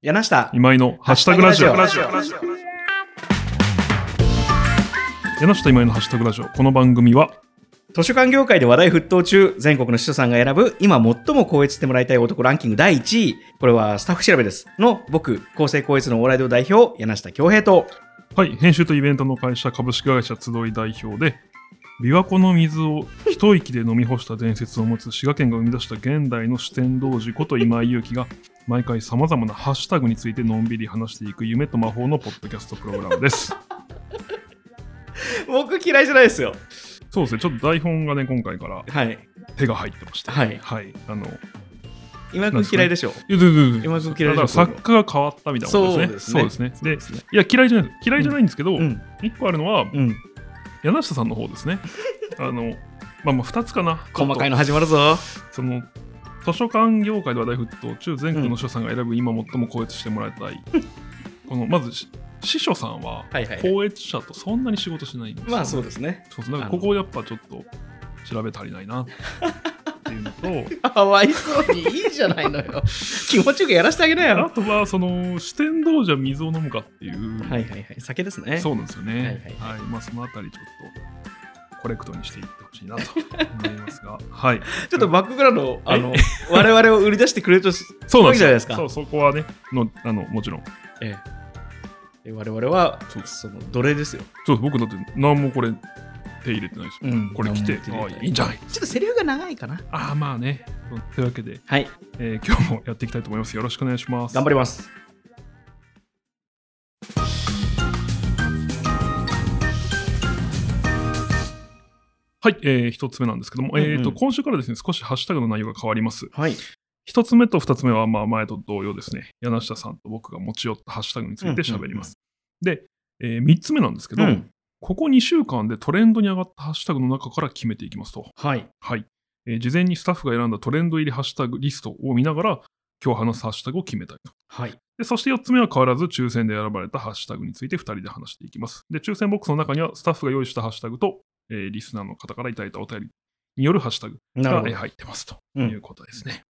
柳下。今井のハッシュタグラジオ。ハッシュタグラ柳下今井のハッシュタグラジオ。この番組は、図書館業界で話題沸騰中、全国の司書さんが選ぶ、今最も高越してもらいたい男ランキング第1位。これはスタッフ調べです。の、僕、厚生高越のオーライド代表、柳下恭平と、はい、編集とイベントの会社、株式会社集い代表で、琵琶湖の水を一息で飲み干した伝説を持つ滋賀県が生み出した現代の四天童子こと今井祐希が、毎回さまざまなハッシュタグについてのんびり話していく夢と魔法のポッドキャストプログラムです。僕嫌いじゃないですよ。そうですね、ちょっと台本がね、今回からはい。手が入ってました。はいはい。あの、今井君嫌いでしょ。いや、全然全然今井君嫌いでだからしょ。作家が変わったみたいなことですね。そそうでうですすねね。そうでですねいや、嫌いじゃないです。嫌いじゃないんですけど、うん。一個あるのは、うん。柳下さんの方で すね。あの、まあまあ、二つかな。細かいの始まるぞ。ちょっとその、図書館業界で話題沸騰中、全国の書さんが選ぶ今最も高越してもらいたい。この、まずし、司書さんは、はいはい高越者とそんなに仕事しないんですよねまあそうですね。そうそう。なんかここやっぱちょっと、調べ足りないな。っていうのと、かわ いそうにいいじゃないの よ。気持ちよくやらせてあげなあよ。とは、その、四天王じゃ水を飲むかっていう。はいはいはい。酒ですね。そうなんですよね。ははいいはまあそのあたりちょっとコレクトにしていってほしいなと思いますが、はい。ちょっとバックグラウンド、あの、我々を売り出してくれると しそうなんわけですじゃないよですかそうそこはねのあのもちろん。ええ、で我々はその奴隷ですよ。そう僕だって何もこれ手入れてないですよ。うんこれ来何も手入てれてないあいいんじゃない。ちょっとセリフが長いかな。ああまあね。というわけで、はい、えー今日もやっていきたいと思います。よろしくお願いします。頑張り。ります。はい、えー、一つ目なんですけども、えっ、うんうとん今週からですね少しハッシュタグの内容が変わります。はい。一つ目と二つ目はまあ前と同様ですね、柳下さんと僕が持ち寄ったハッシュタグについて喋ります。で、えー、3つ目なんですけど、うんここ2週間でトレンドに上がったハッシュタグの中から決めていきますと。はい。はい。えー事前にスタッフが選んだトレンド入りハッシュタグリストを見ながら、今日話すハッシュタグを決めたいと。はい。で、そして4つ目は変わらず抽選で選ばれたハッシュタグについて2人で話していきます。で、抽選ボックスの中にはスタッフが用意したハッシュタグと、えーリスナーの方からいただいたお便りによるハッシュタグながるほえーど。入ってますとう、いうんことですね。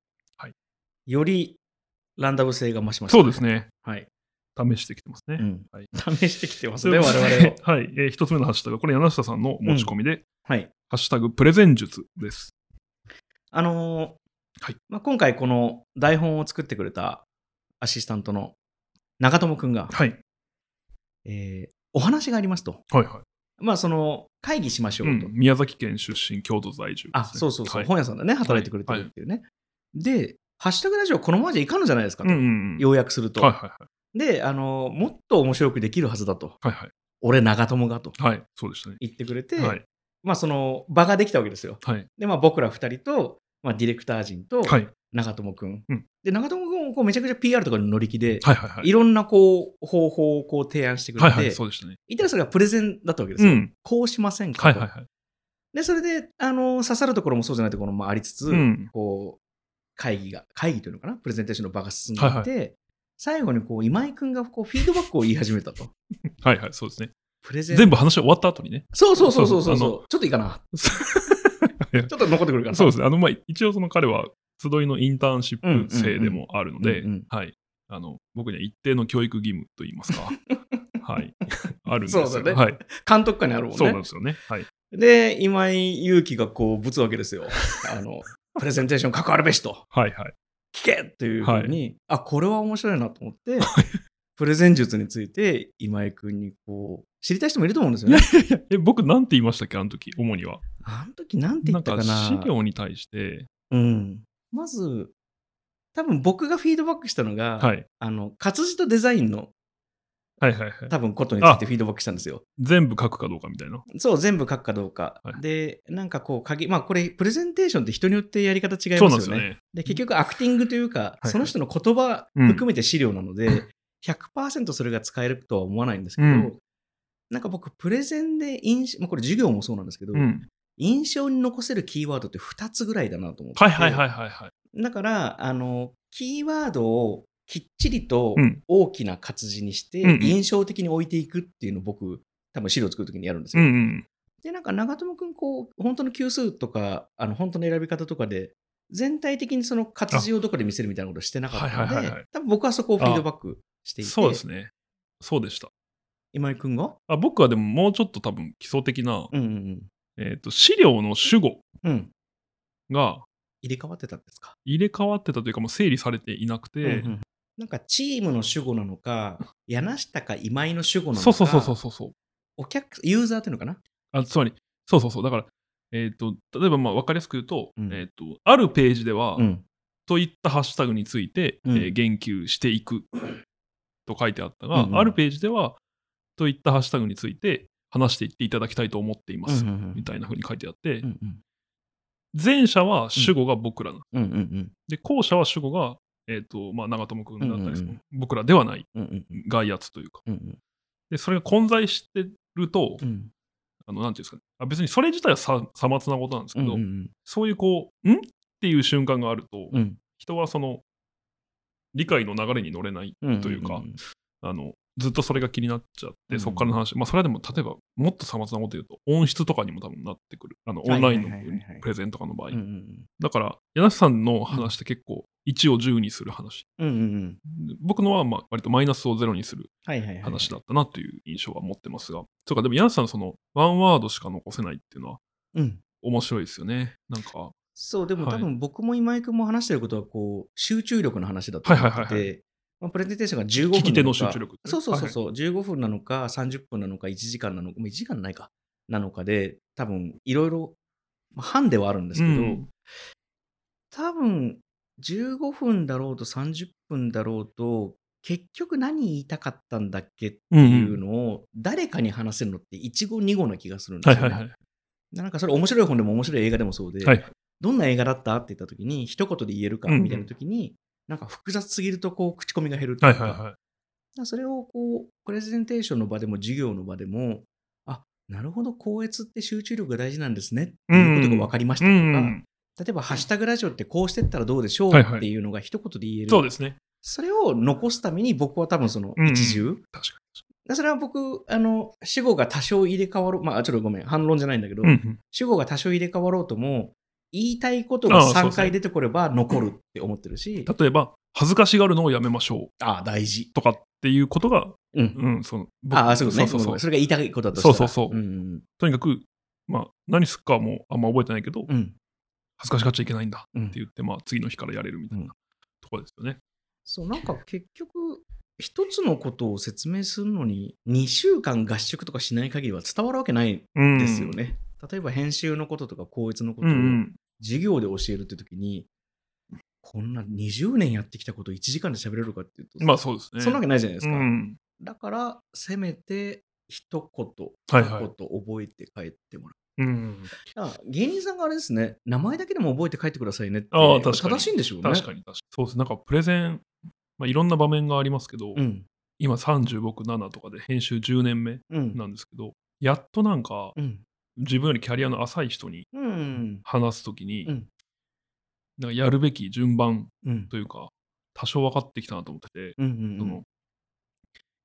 よりランダム性が増しました、そうです。ね。はい。試してきてますね。うんはい試してきてますそね、れ我は 々を。はい。えー一つ目のハッシュタグ、これ、柳下さんの持ち込みで、 はい。ハッシュタグ、プレゼン術です。あのーはいまあ、今回この台本を作ってくれたアシスタントの長友くんが、はい。えーお話がありますと。はいはまあ、その、会議しましょい。ううと。ん、宮崎県出身、京都在住ですね、あ、そうそうそう、はい本屋さんでね、働いてくれてるっていうね。で、ハッシュタグラジオこのままじゃいかんのじゃないですかうんと、うんうん。要約すると、はいはいはで、あの、もっと面白くできるはずだと。い。はい俺、長友がとはい。はい。そうでしたね。言ってくれて、はい。まあ、その場ができたわけですよ。はい。で、まあ、僕ら二人と、まあ、ディレクター陣と、はい。長友くん。うんで、長友くんをこうめちゃくちゃ PR とかに乗り気で、、はいはいはいい。ろんなこう、方法をこう提案してくれて、はいはい。そうでしたね。言ったらそれがプレゼンだったわけですうよ。ん。こうしませんはかいと。はいはい。で、それで、あの、刺さるところもそうじゃないところもありつつ、うん。こう、会議が、会議というのかな、プレゼンテーションの場が進んでいて、はい最後にこう、今井くんがこうフィードバックを言い始めたと。はいはい。そうですね。プレゼン。全部話が終わった後にね。そうそうそうそうそうそうそそうう。ちょっといいかな。ちょっと残ってくるかな。そうですね。あの、まあ、一応その彼は、集いのインターンシップ制でもあるのうでんうんうんうん、はい。あの、僕には一定の教育義務といいます か。はい。あるんですそよ。うだねはい。監督下にあるもんね。そうなんですよね。はい。で、今井祐希がこう、ぶつわけ ですよ。あの、プレゼンテーション関わるべしと。はいはい。聞けっていうふうに、あ、これは面白いなと思って、プレゼン術について今井くんにこう、知りたい人もいると思うんですよね。え、僕なんて言いましたっけあの時、主には。あの時なんて言っなんたかかな。資料に対して、うん。まず、多分僕がフィードバックしたのが、はい。あの、活字とデザインのはいはいはい。多分ことについてフィードバックしたんですよ。全部書くかどうかみたいな。そう、全部書くかどうか。はいで、なんかこう、鍵、まあこれ、プレゼンテーションって人によってやり方違いますそよね。うなんですよね。で、結局アクティングというか、はいその人の言葉含めて資料なので、100%それが使えるとは思わないんですけど、うんなんか僕、プレゼンで印象、まあこれ授業もそうなんですけど、うん。印象に残せるキーワードって2つぐらいだなと思って。はいはいはいはいはい。だから、あの、キーワードをきっちりとうん大きな活字にして、うんうん印象的に置いていくっていうのを僕、多分資料作るときにやるんですうよ。んうん。で、なんか長友くん、こう、本当の級数とか、あの、本当の選び方とかで、全体的にその活字をどこで見せるみたいなことしてなかったあはのいはいはいはで、多分僕はそこをフィードバックしていて、そうですね。そうでした。今井くんがあ僕はでももうちょっと多分基礎的な、うんうんえっと資料の主語うん。うん。が入れ替わってたんですか、入れ替わってたというかもう整理されていなくて、うんうんなんかチームの主語なの か、柳下か今井の主語なのか、そうそうそうそうそうそうお客、ユーザーっていうのかなあつまりそうそうそうだから、えっと例えばまあ分かりやすく言うと,、うんえっとあるページでは、うん。といったハッシュタグについて、うんえー言及していくと書いてあったが、うんうんあるページではといったハッシュタグについて話していっていただきたいと思っていまうんす、うんみたいな風に書いてあって、うんうん前者は主語が僕らな、うんうんで後者は主語が、えーとまあ、長友君だったりすうんうる、んうん僕らではないうんうんうんうん外圧というかうんうんでそれが混在してると、うんあのなんていうんですかねあ別にそれ自体はささまつなことなんですけうんど、うんそういうこうんっていう瞬間があると、うん人はその理解の流れに乗れないうんというか、あのずっとそれが気になっちゃっうて、んそこからの話、まあ、それはでも、例えば、もっとさまつなこと言うと、音質とかにも多分なってくる。あの、オはいンはラいイはいンはいはいのプレゼンとかの場合うんう。んだから、柳瀬さんの話って結構、1を10にする話。うんうんうん僕のは、まあ、割とマイナスを0にするはいはいはい話だったなという印象は持ってますが。そうか、でも柳瀬さん、その、ワンワードしか残せないっていうのは、うん面白いですよね。なんか、そうでもはい多分僕も今井君も話してることはこう集中力の話だと思はいっはいはいはてまあプレゼンテーションが15分聞き手なののか集中力ってねそうそうそうそう、15分なのか30分なのか1時間なのかもう1時間ないかなのかで多分いろいろまあ半ではあるんですけど、うん多分15分だろうと30分だろうと結局何言いたかったんだっけっていうのを誰かに話せるのって1語2語な気がするんではいすよ、ねはいはい。なんかそれ面白い本でも面白い映画でもそうで、はいどんな映画だったって言った時に一言で言えるかうんうんみたいな時に、なんか複雑すぎるとこう口コミが減るとはいういかはいはい。だからそれをこうプレゼンテーションの場でも授業の場でもあなるほど校閲って集中力が大事なんですねっていうことが分かりましたうとか、んうん。例えば「ハッシュタグラジオ」ってこうしてったらどうでしょうはいはいっていうのが一言で言える、そうですね。それを残すために僕は多分そのうんうん一重、確かだからそれは僕あの主語が多少入れ替わろうまあちょっとごめん反論じゃないんだけど、に。うんうん主語が多少入れ替わろうとも、言いたいことああがそうですね3回出てこれば残るって思ってるし、例えば、恥ずかしがるのをやめましょうああ、大事。とかっていうことが、うん。うん、その、僕ああ、そうですね。そうそうそうそう。れが言いたいことだとしたら。そうそうそうんとにかく、まあ、何すっかはもうあんま覚えてないけうど、ん。うん。恥ずかしがっちゃいけないんだうんって言って、まあ、次の日からやれるみたいな、うんところですよね。そう、なんか結局、一つのことを説明するのに、2週間合宿とかしない限りは伝わるわけないうんですよ。ね。例えば編集のこととか、校閲のこうとんをうん。授業で教えるって時に、こんな20年やってきたことを1時間で喋れるかっていうと、まあ、そうですね。そんなわけないじゃないですか。うん。だから、せめて一言、はい一はい言覚えて帰ってもらう。うん、だから芸人さんがあれですね、名前だけでも覚えて帰ってくださいねって、ああ確かに正しいんでしょうね。確かに確かに。そうです。なんか、プレゼン、まあ、いろんな場面がありますけど、うん。今30、僕7とかで編集10年目うん。なんですけど、やっとなんか、うん。自分よりキャリアの浅い人にうん。話すときに、うんなんかやるべき順番うん。というか、多少分かってきたなと思ってて、うん。うそんの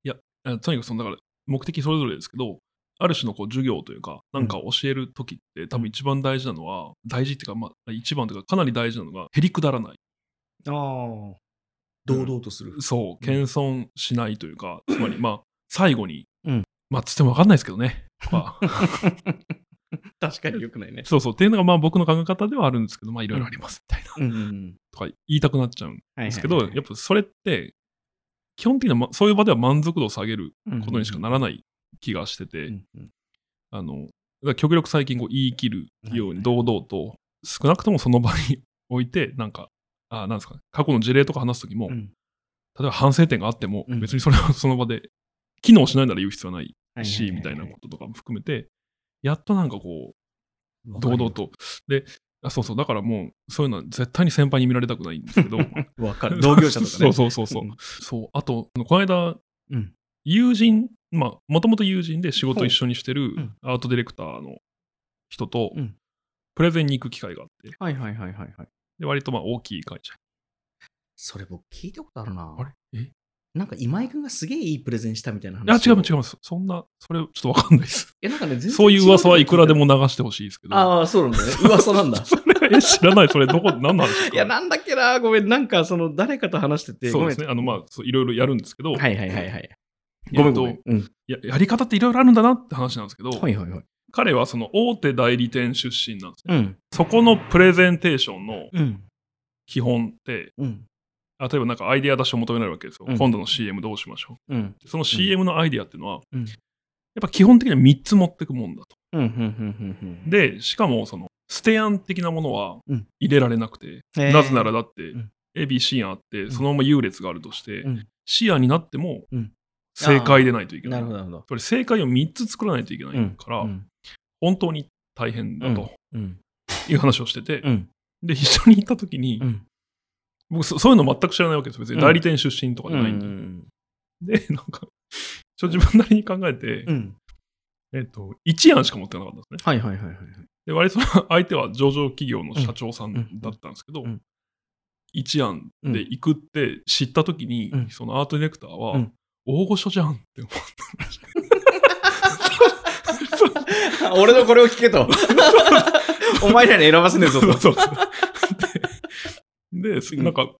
いや、あとにかくその、だから、目的それぞれですけど、ある種のこう授業というか、なんか教えるときって、多分一番大事なのは、大事っていうか、まあ、一番というか、かなり大事なのが、へりくだらない。ああ。堂々とする。そう、謙遜しないというか、つまり、まあ、最後に、うんまあ、つっても分かんないですけどね、とか 確かによくないね。そうそう、っていうのが、まあ、僕の考え方ではあるんですけど、まあ、いろいろあります、みたいな、うんうん。とか言いたくなっちゃうんはいはいはい。ですけど、やっぱそれって、基本的にはまそういう場では満足度を下げることにしかならない気がしてて、うんうんあの、だから極力最近こう言い切るようはいはにい堂々と、少なくともその場に置 いて、なんか、あなんですかね、過去の事例とか話すときも、うん。例えば反省点があっても、うん別にそれはその場で、機能しないなら言う必要はないはいはいはいはいし、みたいなこととかも含めて、やっとなんかこう、堂々。と。で、あそうそう、だからもう、そういうのは絶対に先輩に見られたくないんです けど、わかる。同業者とかね。。そうそうそうそううんそう、あと、この間、うん。友人、まあ、もともと友人で仕事一緒にしてるほううんアートディレクターの人とうん、プレゼンに行く機会があって、はいはいはいはいはい。で割とまあ大きい会社。それ僕聞いたことあるな。あれえなんか今井君がすげえいいプレゼンしたみたいな話。あ、違う違う、そそんな、それ、ちょっとわかんないです。え、なんかね、全然そういう噂はいくらでもも流してほしいですけど、ああ、そうなんだね。噂なんだ。 それはえ知らない、それ、どこ、何なんでしょういや、なんだっけな、ごめん、なんかその誰かと話してて、そうですね。あの、まあ、そういろいろやるんですけど、ごめんはいはいはいはい。えっとごめんごめん。うん、ややり方っていろいろあるんだなって話なんですけど、はいはいはい。彼はその大手代理店出身なんですね。うん、そこのプレゼンテーションのうん、基本って、うん、あ例えばなんかアイデア出しを求められるわけですよ。うん今度の CM どうしましょうん、う。その CM のアイデアっていうのは、うんやっぱ基本的には3つ持ってくもんだと。うん、うん、うん、で、しかもその、捨て案的なものはうん入れられなくて、うん。なぜならだって、ん ABC 案あって、んそのまま優劣があるとして、うん C 案になってもうん正解でないといけな。ないるほど、なるほど。つまり正解を3つ作らないといけないから、うん、本当に大変だとうん、いう話をしてて、うん、で、一緒に行った時に、うん。僕そ、そういうの全く知らないわけですよ。別にうん代理店出身とかじゃないんで。ん、で、なんか、ちょ自分なりに考えて、うん。えっと、1案しか持ってなかったんですね。はいはいはいはい。で、割とその相手は上場企業の社長さんだったんですけど、うんうん一案で行くって知った時に、うんそのアートディレクターは、うん大御所じゃんって思 俺のこれを聞け と。お前らに選ばせねえぞっと。たでですなんか、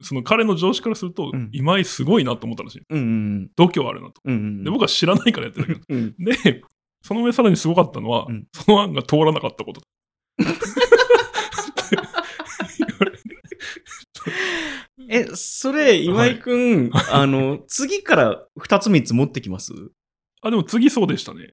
その彼の上司からすると、うん今井すごいなと思ったらしい。うん、度胸あるなと。うん、うん。で、僕は知らないからやってたけど。うん、で、その上さらにすごかったのは、うんその案が通らなかったこと。え、それ、今井くん、あの、次から2つ3つ持ってきますあ、でも次そうでしたね。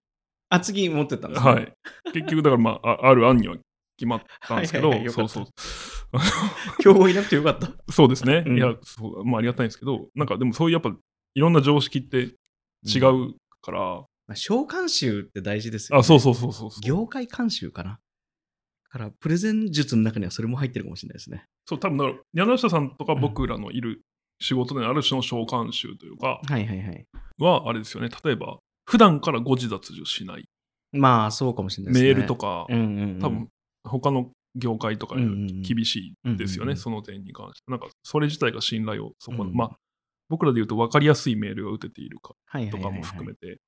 あ、次持ってったんですねは。い。結局、だから、まあ、あある案には決まったんですけどはいはいは、いよそかうったそう。 競合いなくてよかった。そうですね。うんいや、そうまあ、ありがたいんですけど、なんかでもそういうやっぱ、いろんな常識って違うから、まあ、召喚集って大事ですよ、ね。あ、そうそうそうそうそう。業界監修かな。だから、プレゼン術の中にはそれも入ってるかもしれないですね。そう、多分だから、柳下さんとか僕らのいる仕事である種の召喚集というか、はいはいはい。は、あれですよね。例えば、普段から誤字脱字をしない。まあ、そうかもしれないメですね。ールとかう、んうんうん、多分、他の業界とかより厳しいですようんうんうね、んその点に関して。なんか、それ自体が信頼を、そこ、うんまあ、僕らで言うと分かりやすいメールが打てているかはいはいとはいかはいも含めて、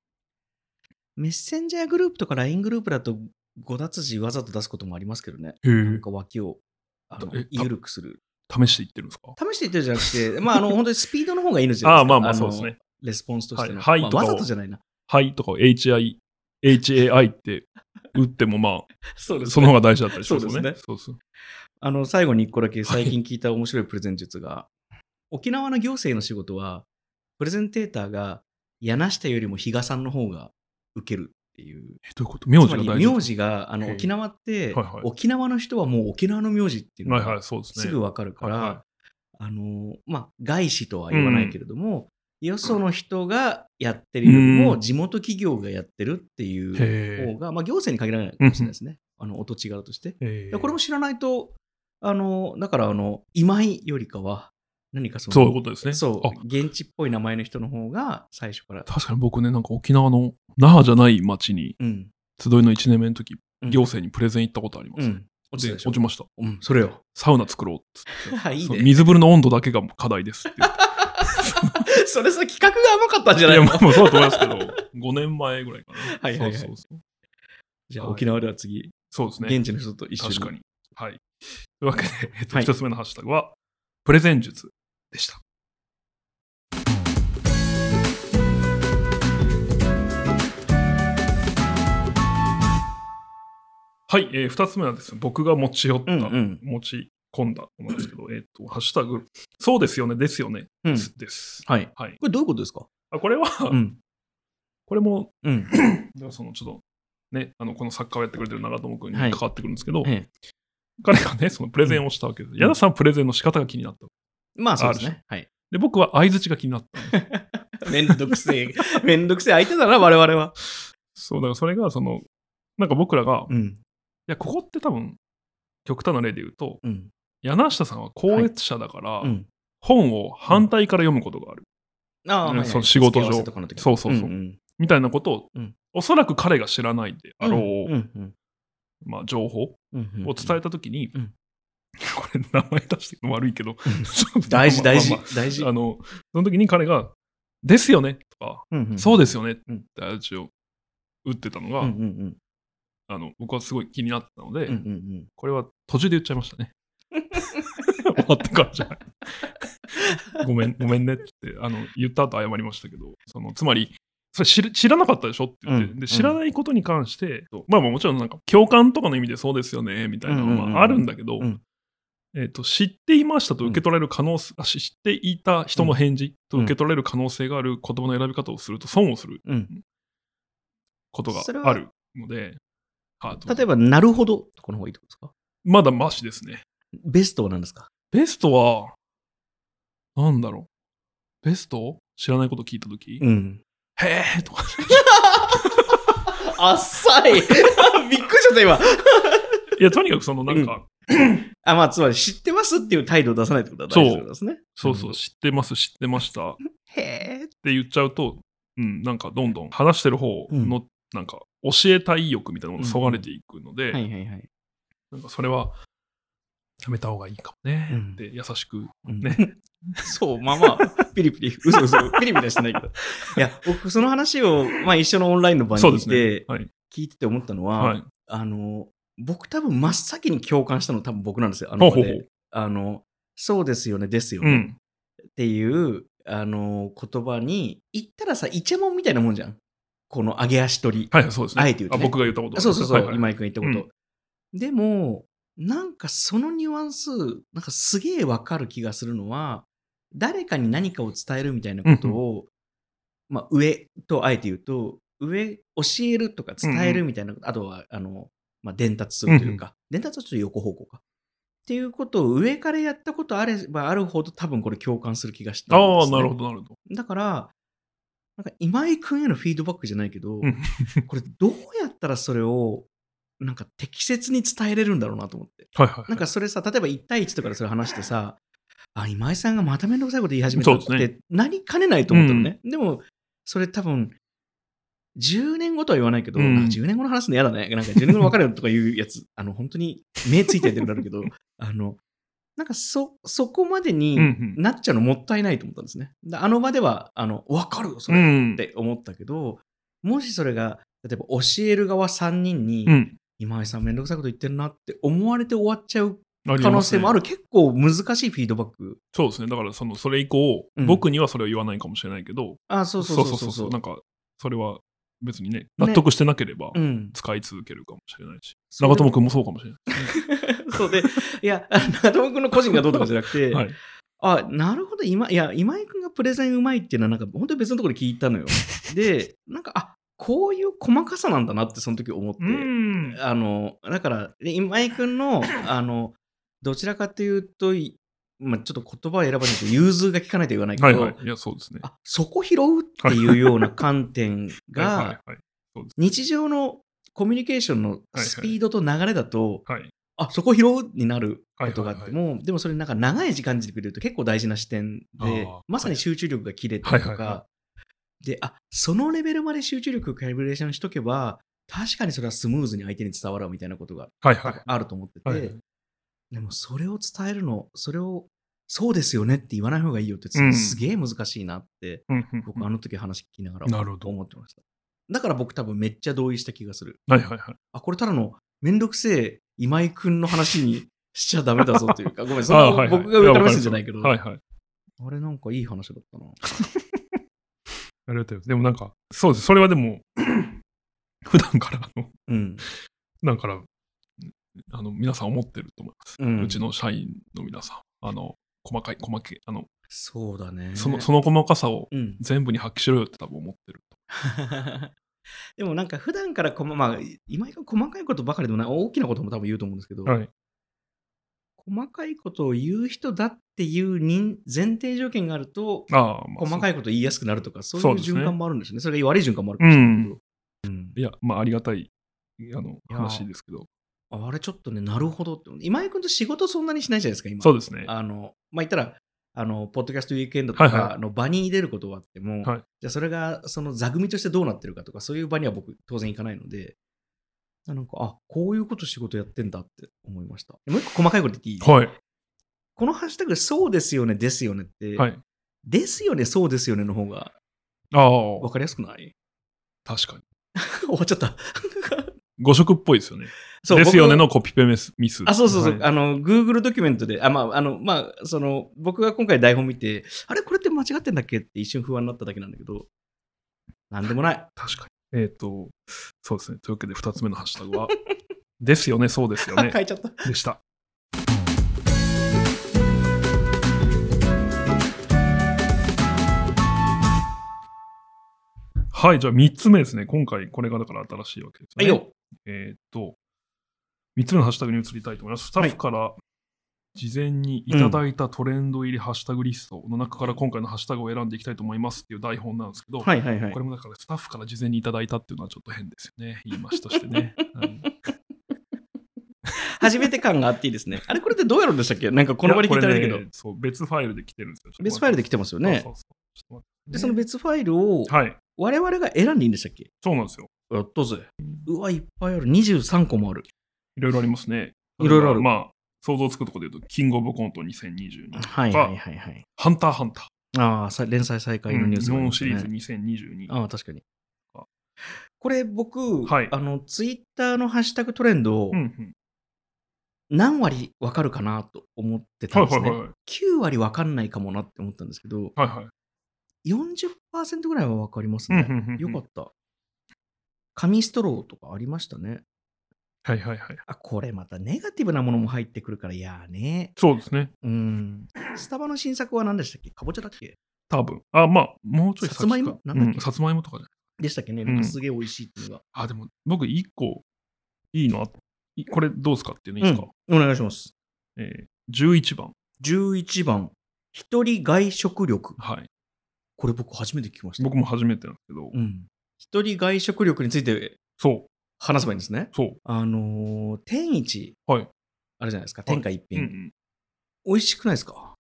メッセンジャーグループとか LINE グループだと、ご脱字わざと出すこともありますけどね。なんか脇をあのえた緩くする。試していってるんですか試していってるじゃなくて、 まあ、あの、本当にスピードの方がいいのじゃないあですか。あ、まあのまあ、そうですね。。レスポンスとしての。はいはいまあとかをわざとじゃないな。はいとかを HI、HAI って打ってもまそうあ、です、 その方が大事だったりしますそようねで。すそうそう。 あの、最後に一個だけ最近聞いた面白いプレゼン術が、沖縄の行政の仕事は、プレゼンテーターが柳下よりも比嘉さんの方が受けるっていう。え、どういうこと名字つまがり大事名字が、あへの、え沖縄って、はいはい沖縄の人はもう沖縄の名字っていうのはいはがい、そうですね。すぐわかるから、はいはいあの、まあ、外資とは言わないけれども、よその人がやってるよりうもん地元企業がやってるっていうへ方が、まあ、行政に限らないかもしれないですね。あの、お土地柄として。えいやこれも知らないと、あの、だから、あの、今井よりかは、何かその、そういうことですね。そうあ現地っぽい名前の人の方が最初から、確かに僕ね、なんか沖縄の那覇じゃない町に、うん。集いの1年目の時、うん行政にプレゼン行ったことありまうす。ん。落ちでたでしょ落ちました。うん、それ よ。サウナ作ろうっつっ て。いいそうね。水風呂の温度だけが課題ですって言って。それさ、企画が甘かった んじゃないいや、のまあまあそうだと思いますけど、5年前ぐらいかな。 はいはいはいそうそうそうじゃあ、沖縄では次、そうですね。現地の人と一緒に。確かに。はい。というわけで、えっと、はい一つ目のハッシュタグは、プレゼン術でした。はい、えー、二つ目はですね、僕が持ち寄った、うんうん持ち込んだものなんですけど、えっと、ハッシュタグ、そうですよね、ですよね、うん。です。はい。はい。これどういうことですかあこれは、うん。これも、うん。だからその、ちょっと、ね、あの、この作家をやってくれてる長友君には関いわってくるんですけど、ええ彼がね、そのプレゼンをしたわけです。矢田さんはプレゼンの仕方が気になった。まあ、そうですね。はい。で、僕は相づちが気になった。 めんどくせえ、めんどくせえ相手だな、我々は。そう、だからそれが、その、なんか僕らが、いうん。や、ここって多分、極端な例で言うと、うん。柳下さんは高越者だから、うん。本を反対から読むことがある。ああ、はいはいそう仕事上付き合わせとかの時そうそうそううんみたいなことを、うんおそらく彼が知らないであろう、うんうんまあ、情報をうんうんうん伝えたときに、うんこれ、名前出してくの悪いけ ど、大事、まあま大あ事まあ、大事あ。の、その時に彼が、ですよねとか、うんうんそうですよねってうん相づちを打ってたのが、うんうんうんあの僕はすごい気になってたので、うんうんうん。これは途中で言っちゃいまし たね。終わってからじゃない。ごめん、ごめんねってあの言った後謝りましたけど、そのつまり、それ知る知らなかったでしょって言って、うんで知らないことに関して、まあまあもちろんなんか共感とかの意味でそうですよねみたいなのうんうんうんうんはあるんだけど、うんえっと知っていましたと受け取られる可能性、あし知っていた人の返事と受け取られる可能性がある言葉の選び方をすると損をするうん、ことがそれはあるので、はい例えば、なるほど、この方がいいってことですかまだマシですね。ベストは何ですかベストは、なんだろう。ベスト知らないこと聞いたとき、うん。へー とか。浅い びっくりしちゃった、今。いや、とにかくそのなんか、あ、まあ、つまり知ってますっていう態度を出さないってことは大事なんですね。そうそう、ん知ってます、知ってましたっへえ。て言っちゃうと、うん、なんかどんどん話してる方の、なんか教えたい意欲みたいなものがそがれていくので、はいはいはい。なんかそれは、やめた方がいいかもねうんって優しく、うんね そう、まあまあ、ピリピリ、嘘嘘、ピリピリはしてないけど。いや、僕、その話を、まあ、一緒のオンラインの場そうにでいすねて、、はい、聞いてて思ったのは、はい、あの、僕多分真っ先に共感したの多分僕なんですよ。あほのう場でほうほう、あの、そうですよね、ですようね、ん、っていう、あの、言葉に、言ったらさ、イチャモンみたいなもんじゃん。この上げ足取り。はい、そうですね。あえて言うとね僕が言ったことそうそうそう、はいはい今井君が言ったこと。でも、なんかそのニュアンス、なんかすげえわかる気がするのは、誰かに何かを伝えるみたいなことを、まあ、上とあえて言うと、上、教えるとか伝えるみたいな、あとは、あの、まあ、伝達するというか、伝達はちょっと横方向か。っていうことを上からやったことあればあるほど多分これ共感する気がしたんあであ、すねなるほど、なるほど。だから、なんか今井君へのフィードバックじゃないけど、うんこれどうやったらそれをなんか適切に伝えれるんだろうなと思って。はいはいはい。なんかそれさ、例えば1対1とかでそれ話してさ、あ、今井さんがまためんどくさいこと言い始めたっそうですて、なりかねないと思ったのね。でも、それ多分、10年後とは言わないけど、うんなんか10年後の話すの嫌だね。なんか10年後の別れるとかいうやつ、あの、本当に目ついてやってるんだけど、 あの、なんかそ、そこまでに、うんなっちゃうのもったいないと思ったんですね。であの場では、あの、わかるよ、そうん、うれんっ、て思ったけど、もしそれが、例えば教える側3人に、うん今井さんめんどくさいこと言ってるなって思われて終わっちゃうありますね可能性もある。結構難しいフィードバック。そうですね。だから、その、それ以降、うん僕にはそれを言わないかもしれないけど、あ、そうそうそうそうそう。なんか、それは別にね、納得してなければ、うん。使い続けるかもしれないし、それ長友君もそうかもしれない。そうで、いや、 あ長友君の個人がどうとかじゃなくて、はいあ、なるほど、今、いや、今井君がプレゼンうまいっていうのは、なんか、本当に別のところで聞いたのよ。で、なんか、あ、こういう細かさなんだなって、その時思って。んあの、だから、で今井君 の、あの、どちらかというと、いまあ、ちょっと言葉を選ばないと、融通が効かないと言わないけど、はいはい。いや、そうですね。あそこ拾うっていうような観点が、 はいはいはい。日常のコミュニケーションのスピードと流れだと、はいあそこ拾うになることがあって、はいもうでもそれなんか長い時間軸で言うと結構大事な視点あでーまさに集中力が切れたりとか、はいはいはであそのレベルまで集中力をカリブレーションしとけば確かにそれはスムーズに相手に伝わるみたいなことがはいはい。あると思ってて、はいはいでもそれを伝えるのそれをそうですよねって言わない方がいいよってす,、うんげえ難しいなってうんうん僕あの時話聞きながらなるほど思ってましただから僕多分めっちゃ同意した気がするはいはいはい。あ、これただのめんどくせえ今井くんの話に しちゃダメだぞというか、ごめん、そ あのはいはい僕が上から目線じゃないけど、やわかりますあれなんかいい話だったな。はいはい。ありがとうございます。でもなんか、そうです。それはでも、 普段から、あの、うん。普段から、あの、皆さん思ってると思います。うんうちの社員の皆さん、あの、細かい、細けい、あの、そうだね。その、その細かさをうん。 全部に発揮しろよって多分思ってる。でもなんか普段からこま、まあ、今井くん細かいことばかりでもない、大きなことも多分言うと思うんですけど、はい。細かいことを言う人だっていう人前提条件があると、ああ、まあ、細かいこと言いやすくなるとか、そういうそうですね循環もあるんですね。それが悪い循環もあるかもしれないけど。うんいや、まあ、ありがたい、あの、や話ですけど。あれちょっとね、なるほどって。今井君と仕事そんなにしないじゃないですか、今。そうですね。あの、まあ、言ったら、あの、ポッドキャストウィークエンドとかはいはあの場に出ることはあっても、はいじゃあそれがその座組としてどうなってるかとか、そういう場には僕当然行かないので、あなんか、あ、こういうこと仕事やってんだって思いました。もう一個細かいこと言っていい、はい。このハッシュタグ、そうですよね、ですよねって、はい。ですよね、そうですよねの方がああ分、かりやすくない 確かに。終わっちゃった。誤植っぽいですよね。そうですよね僕のコピペミス。ミスあ、そうそうそう、はいあの、Google ドキュメントで、あ、まあ、あの、まあ、その、僕が今回台本見て、あれ、これって間違ってんだっけって一瞬不安になっただけなんだけど、なんでも ない。確かに。えっ、と、そうですね。というわけで、2つ目のハッシュタグは、 ですよね、そうですよあね変、えちゃった。でした。はい、じゃあ3つ目ですね。今回、これがだから新しいわけですはいね。よ。えーっと、3つ目のハッシュタグに移りたいと思います。スタッフから事前にいただいたトレンド入りハッシュタグリストの中から今回のハッシュタグを選んでいきたいと思いますっていう台本なんですけど、はいはいはいこ。れもだからスタッフから事前にいただいたっていうのはちょっと変ですよね。言いましたし てね。はい初めて感があっていいですね。あれ、これってどうやるんでしたっけなんかこの場で聞いたんだけやどこれ、ねそう、別ファイルで来てるんですよ。別ファイルで来てますよねそうそうそうで、その別ファイルをちょっと待ってはい、我々が選んでいいんでしたっけそうなんですよ。やったぜ。うわ、いっぱいある。23個もある。いろいろありますね。いろいろあるまあ、想像つくところで言うと、キングオブコント2022、はいはいはいはい。ハンターハンター、ああ、さ連載再開のニュース日がありま本したシね、リーズ2022。ああ、確かにあ。これ僕、はいあの、ツイッターのハッシュタグトレンドをうんうん何割わかるかなと思ってたはんいですはいね。はい。 9割わかんないかもなって思ったんですけど、はいはい。 40%ぐらいはわかりますうんね。うんうんうんよかった。紙ストローとかありましたね。はいはいはい。あ、これまたネガティブなものも入ってくるから、いやーね。そうですね。うん。スタバの新作は何でしたっけかぼちゃだっけ多分あ、まあ、もうちょい先かさつまいもなんだっけうんさつまいもとかじゃない。でしたっけねんなんかすげえ美味しいっていうのが。あ、でも、僕、一個、いいのあいこれどうですかっていうのいいですか、うん、お願いします。えー、?11 番。 11番、一人外食力。はい。これ僕初めて聞きました。僕も初めてなんですけど、うん。一人外食力についてそう、話せばいいんですね。そう。あのー天一、はいあるじゃないですか。天下一品。うんうん。美味しくないですか、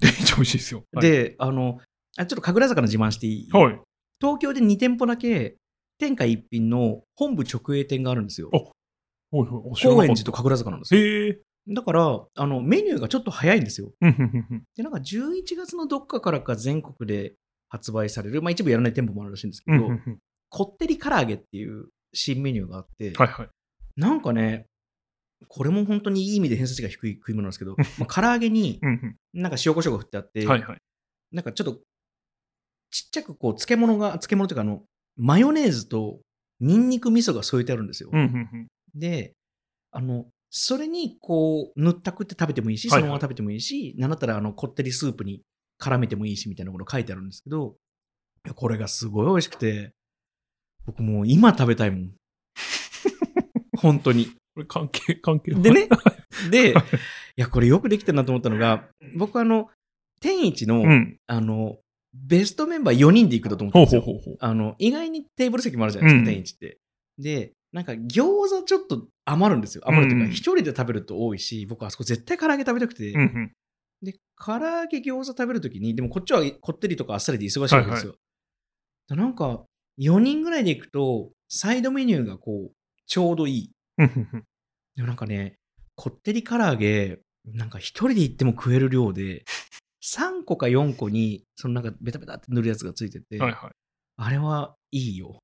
めっちゃ美味しいですよ。 はい、で、あの、あちょっと神楽坂の自慢していい、はい。東京で2店舗だけ、天下一品の本部直営店があるんですよあ。おいおい、知らな高か円っ寺と神楽坂なんですた。よ。へえ。だから、あの、メニューがちょっと早いんですよ。うんうんうんで、なんか11月のどっかからか全国で発売される、まあ一部やらない店舗もあるらしいんですけうんど、うんうんうんこってり唐揚げっていう新メニューがあって、はいはい。なんかね、これも本当にいい意味で偏差値が低い食い物なんですけど、まあ唐揚げにうんうんなんか塩コショウが振ってあって、はいはい。なんかちょっとちっちゃくこう漬物が、漬物というかあの、マヨネーズとニンニク味噌が添えてあるんですよ。うんうんうんで、あの、それにこう塗ったくって食べてもいいし、はそいのまはいま食べてもいいし、なんだったらあのこってりスープに絡めてもいいしみたいなこと書いてあるんですけど、いやこれがすごい美味しくて、僕もう今食べたいもん。本当に。これ関係、 関係ないで。ね、 で、いや、これよくできてるなと思ったのが、僕あの、天一の、うん。あの、ベストメンバー4人で行くだと思ったんほうですほうよ。ほうほう。あの、意外にテーブル席もあるじゃないですか、うん天一って。で、なんか餃子ちょっと余るんですよ。余るといううか、ん一、人で食べると多いし、僕あそこ絶対唐揚げ食べたくて、うんうん。で、唐揚げ餃子食べるときに、でもこっちはこってりとかあっさりで忙しいわけですよ。だなんか、4人ぐらいで行くと、サイドメニューがこう、ちょうどいい。うんうんうんでもなんかね、こってり唐揚げ、なんか一人で行っても食える量で、3個か4個に、そのなんかベタベタって塗るやつがついてて、はいはい。あれはいいよ。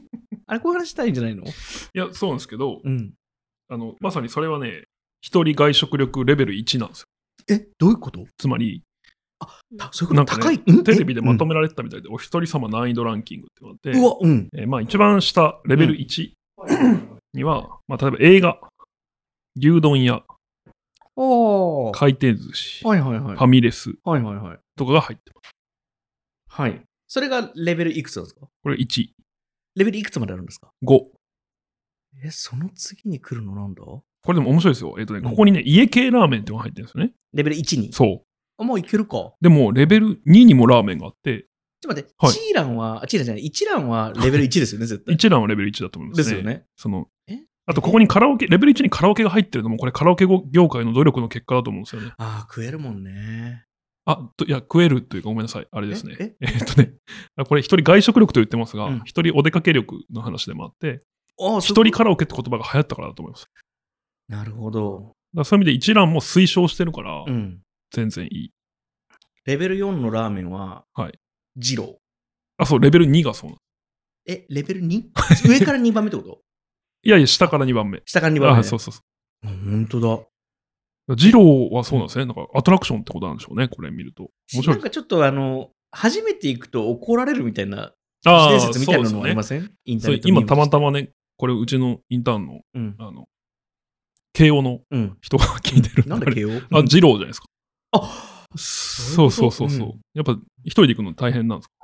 あれ、こういう話したいんじゃないのいや、そうなんですけど、うん。あの、まさにそれはね、一人外食力レベル1なんですよ。え、どういうことつまり、たそういうなこんと、か高いね、テレビでまとめ、められてたみたいで、お一人様難易度ランキングってのがあって、うんうわ、うん。えーまあ、一番下、レベルうん1には、まあ、例えば映画、牛丼屋、おー回転寿司、はいはいはい。ファミレスはいはいはい。とかが入ってます。はい。それがレベルいくつなんですかこれ1、レベルいくつまであるんですか5。え、その次に来るのなんだこれでも面白いですよ。えっ、とね、うんここにね、家系ラーメンってのが入ってるんですよね。レベル1に。そう。あ、もういけるか。でも、レベル2にもラーメンがあって、ちょっと待って、はいチーランは、あチーランじゃない、一蘭はレベル1ですよね、絶 対。一覧はレベル1だと思いますね。ですよ。ね。そのえ、あと、ここにカラオケ、レベル1にカラオケが入ってるのも、これカラオケ業界の努力の結果だと思うんですよね。ああ、食えるもんね。あ、といや、食えるというか、ごめんなさい。あれですね。ええっとね、あこれ一人外食力と言ってますうがん、一、人お出かけ力の話でもあって、ああ、一人か。カラオケって言葉が流行ったからだと思います。だかなるほど。らそういう意味で一覧も推奨してるからう、ん。全然いい。レベル4のラーメンは、はい。二郎。あ、そう、レベル2がそうなの え、レベル 2? 上から2番目ってこといやいや、下から2番目。下から2番目、あね。そうそうそあ本当だ。う。ジローはそうなんですね。なんかアトラクションってことなんでしょうね、これ見ると。面白ないん。かちょっとあの、初めて行くと怒られるみたいな、あ自あ伝ー、説みたいなそのうもあでりすまねせん、インタそーネうットに今、たまたまね、これ、うちのインターンの、うん。あの、慶応のうん。人が聞いてるなんだあれっけよ。あ、ジローじゃないですか。あそうそうそうそう。うんやっぱ、一人で行くの大変なんですか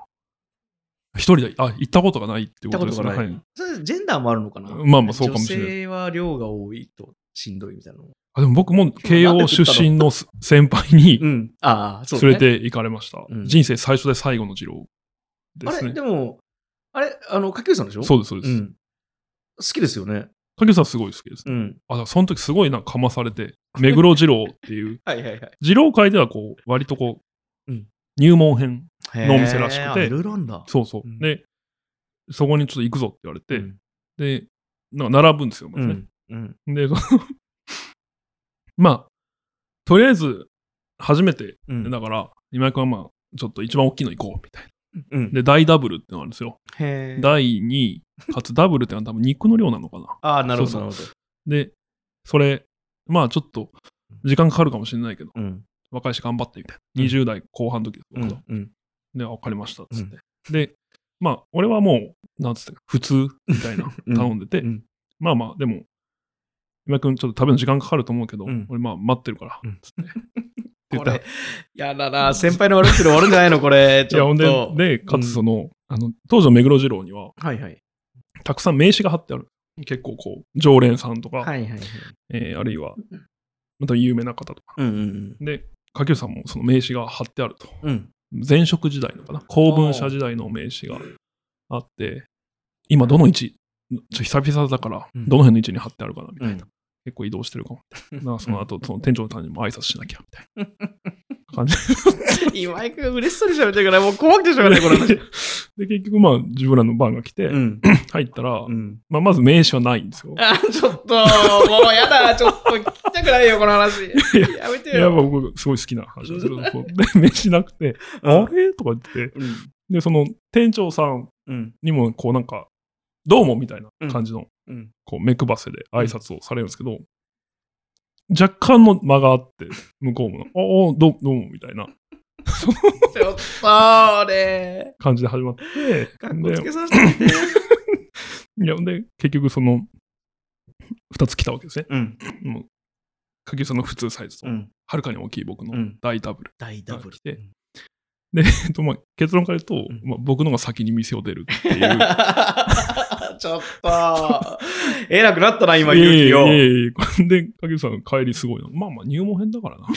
一人で、あ、行ったことがないっていうことですね。行ったことがなはいい。それジェンダーもあるのかなまあまあそうかもしれない女性は量が多いとしんどいみたいなの。あでも僕も慶応出身のす 先輩にうん。ああ、そう、ね。連れて行かれました。うん人生最初で最後の二郎であすれ、ねで。も、あれ、あの、かきゅうさんでしょそうです、そうでうす。ん。好きですよね。竹内さんすごい好きです。うん。あ、だからその時すごいなんかかまされて、 目黒二郎っていう、はいはいはい。二郎会ではこう、割とこううん、入門編。のおへ店ーらしくてあいろいろあんだ。そうそうう。んで、そこにちょっと行くぞって言われて、うんで、なんか並ぶんですよ、まうずね。ん。うん。で、その まあ、とりあえず、初めて、うん。だから、今井君はまあ、ちょっと一番大きいの行こう、みたいうんな。で、大ダブルってのがあるんですよ。へー第2位、かつダブルってのは多分肉の量なのかな。ああ、なるほそど、うなるほど。で、それ、まあちょっと、時間かかるかもしれないけど、うん。若いし頑張って、みたいうんな。20代後半の時です、う僕はん。うん。で、わかりました、つって。で、まあ、俺はもう、なんつって、普通みたいな うん、頼んでて、うんまあまあ、でも、今井君、ちょっと食べるの時間かかると思うけど、うん俺、まあ、待ってるからうん、 つって。って言こったられ、やだな、先輩の悪口で終わるんじゃないの、これ。いちや、ょほっんと。で、で、かつその、あの、当時の目黒二郎には、はいはい。たくさん名刺が貼ってある。結構こう、常連さんとか、はいはいはい。えーあるいは、また有名な方とか。うんうんで、かけるさんもその名刺が貼ってあると。うん。うん。前職時代のかな公文社時代の名刺があって、今どの位置、ちょ久々だから、うんどの辺の位置に貼ってあるかなみたいな。うん結構移動してるかも。まあ、その後、その店長のためにも挨拶しなきゃみたいな感じ 今井君が嬉しそうに喋ってるから、もう怖くてしょうがない、この話。で、結局、まあ、自分らの番が来て、 うん。入ったら、うん。まあ、まず名刺はないんですよ。あ、ちょっと、もうやだ、ちょっと聞きたくないよ、この話。やめていや、よ。僕、すごい好きな話なんですけ ど、そうで、名刺なくて、あれとか言って、うん。で、その店長さんうん。にも、こうなんか、どうもみたいな感じの、うん。こう、目配せで挨拶をされるんですけど、若干の間があって、 向こうも、おお、どうどうもみたいなちょっと、俺、感じで始まって、かっこつでけさせてみて。いやで、結局その、2つ来たわけですね。うん。もう、かきさんの普通サイズと、うん。はるかに大きい僕うのん大ダブル。 大ダブル。でえっと、まあ、結論から言うと、うん。まあ、僕のが先に店を出るっていう ちょっと、偉くなったな、 今、勇気を。いえいえいえいえで、かけるさん帰りすごいな。まあまあ入門編 だからな。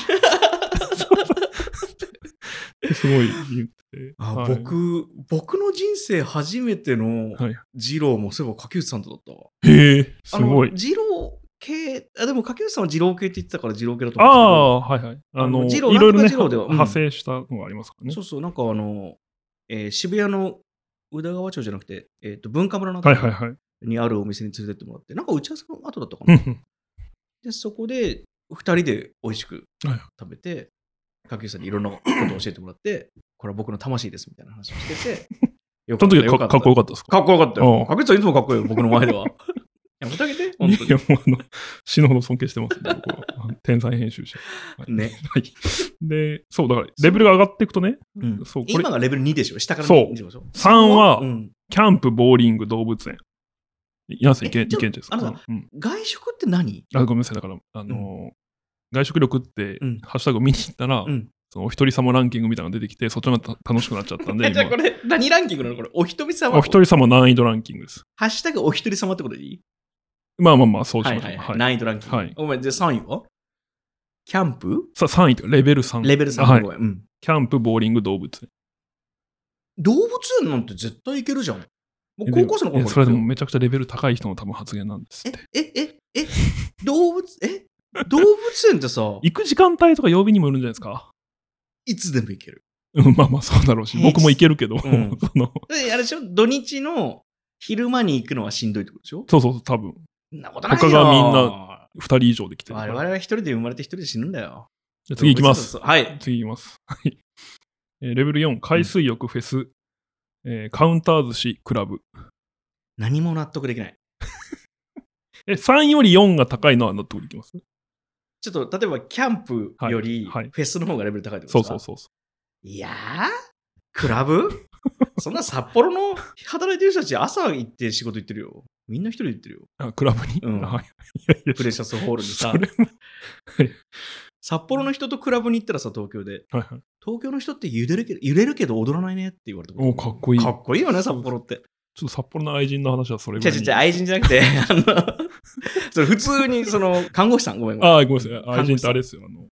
すごい言って。あはい僕、僕の人生初めてのはい二郎もそういえば柿内さんとだったわ。へえ、すあのごい。二郎系、あでも柿内さんは二郎系って言ってたから二郎系だとあ思あ、はいはい。ああの、のいジローろいろなんね、とかジローではうん派生したのがありますかうんですけど。らね。そうそう、なんかあの、えー渋谷の宇田川町じゃなくて、えー、と文化村のはいはいはい。にあるお店に連れてってもらって、なんか打ち合わせの後だったかうな。んで、そこで2人で美味しくはい食べて、柿内さんにいろんなことを教えてもらって、これは僕の魂ですみたいな話をしてて、よその時よはかかっこよかったですかかっこよかったうんよ。かけつさんいつもかっこいいよ、僕の前 では。やめてあげて、本い当や、もうあの、死ぬほど尊敬してますね、僕 は。あの天才編集者。に。ね。はい。で、そう、だから、レベルが上がっていくとね、うん そう、これ今、がレベル2でしょ下からそ2うでしょ3うは、んキャンプ、ボーリング、動物園。なんせいけん、いけんじゃないですか。えちょっとあなうん外食って何あごめんなさい、だから、あのー外食力って、うんハッシュタグ見に行ったら、うんそのお一人様ランキングみたいなのが出てきて、そっちの方がた楽しくなっちゃったんで、 えじゃあこ今、れ何ランキングなのこれお一人様お一人様難易度ランキングです。ハッシュタグお一人様ってことでいいまあまあまあ、そうしはいましょはう。いははいい。難易度ランキング。はいお前、じゃあ3位はキャンプさ3位というかレベル3。レベル3。はいご。めんうんキャンプ、ボーリング、動物園。動物園なんて絶対行けるじゃん。僕高校生の頃いやそかれらで行もっめちゃくちゃレベル高い人の多分発言なんですたっよて。え、え、え、え、動物、え、動物園ってさ、行く時間帯とか曜日にもよるんじゃないですか。いつでも行ける。うんまあまあそうだろうし、平日僕も行けるけど、うん そのであれでしょ土日の昼間に行くのはしんどいってことでしょそうそうそう、多分そんなことないよ他がみんな2人以上で来てるか我ら々は一人で生まれて一人で死ぬんだよ。じゃあ次行きますそう。そうそうはい。次いきます。はいえーレベル4、海水浴、フェス、えーカウンター寿司、クラブ。何も納得できない。え、3より4が高いのは納得できますちょっと例えばキャンプよりはいはいフェスの方がレベル高いってことそですか、うそうそうそいやー、クラブ そんな札幌の働いてる人たち、朝行って仕事行ってるよ。みんな一人で行ってるよ。う。あクラブに、うんはいいやいやプレシャスホールにさそ。れも札幌の人とクラブに行ったらさ、東京で。はいはい。東京の人って揺れるけど、揺れるけど踊らないねって言われたことおかっこいい。かっこいいよね、札幌って。ちょっと札幌の愛人の話はそれぐ違うらい違う違う、愛人に。じゃなくて、 あの、それ普通に、そ の、看護師さん、ごめんごめん。ああ、ごめんなさい。愛人ってあれですよ。あの、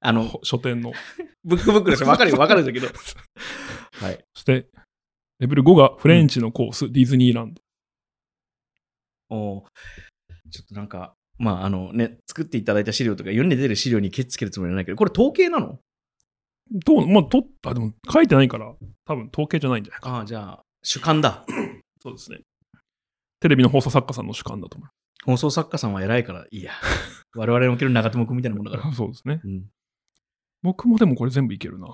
あの、ほ書店の。ブックブックでしょ、わかるよ、わかるんだ けど。はい。そして、レベル5がフレンチのコース、ディズニーランド。おーちょっとなんか、まあ、あのね、作っていただいた資料とか、世に出る資料にケチつけるつもりはないけど、これ統計なのどう、まあ、とあ、でも書いてないから、多分統計じゃないんじゃないか。ああ、じゃあ、主観だ。そうですね。テレビの放送作家さんの主観だと思放送作家さんは偉いから、 いいや。我々の受ける長友君みたいなもんだから。う。 そうですね。うん、僕もでもこれ全部いけるな。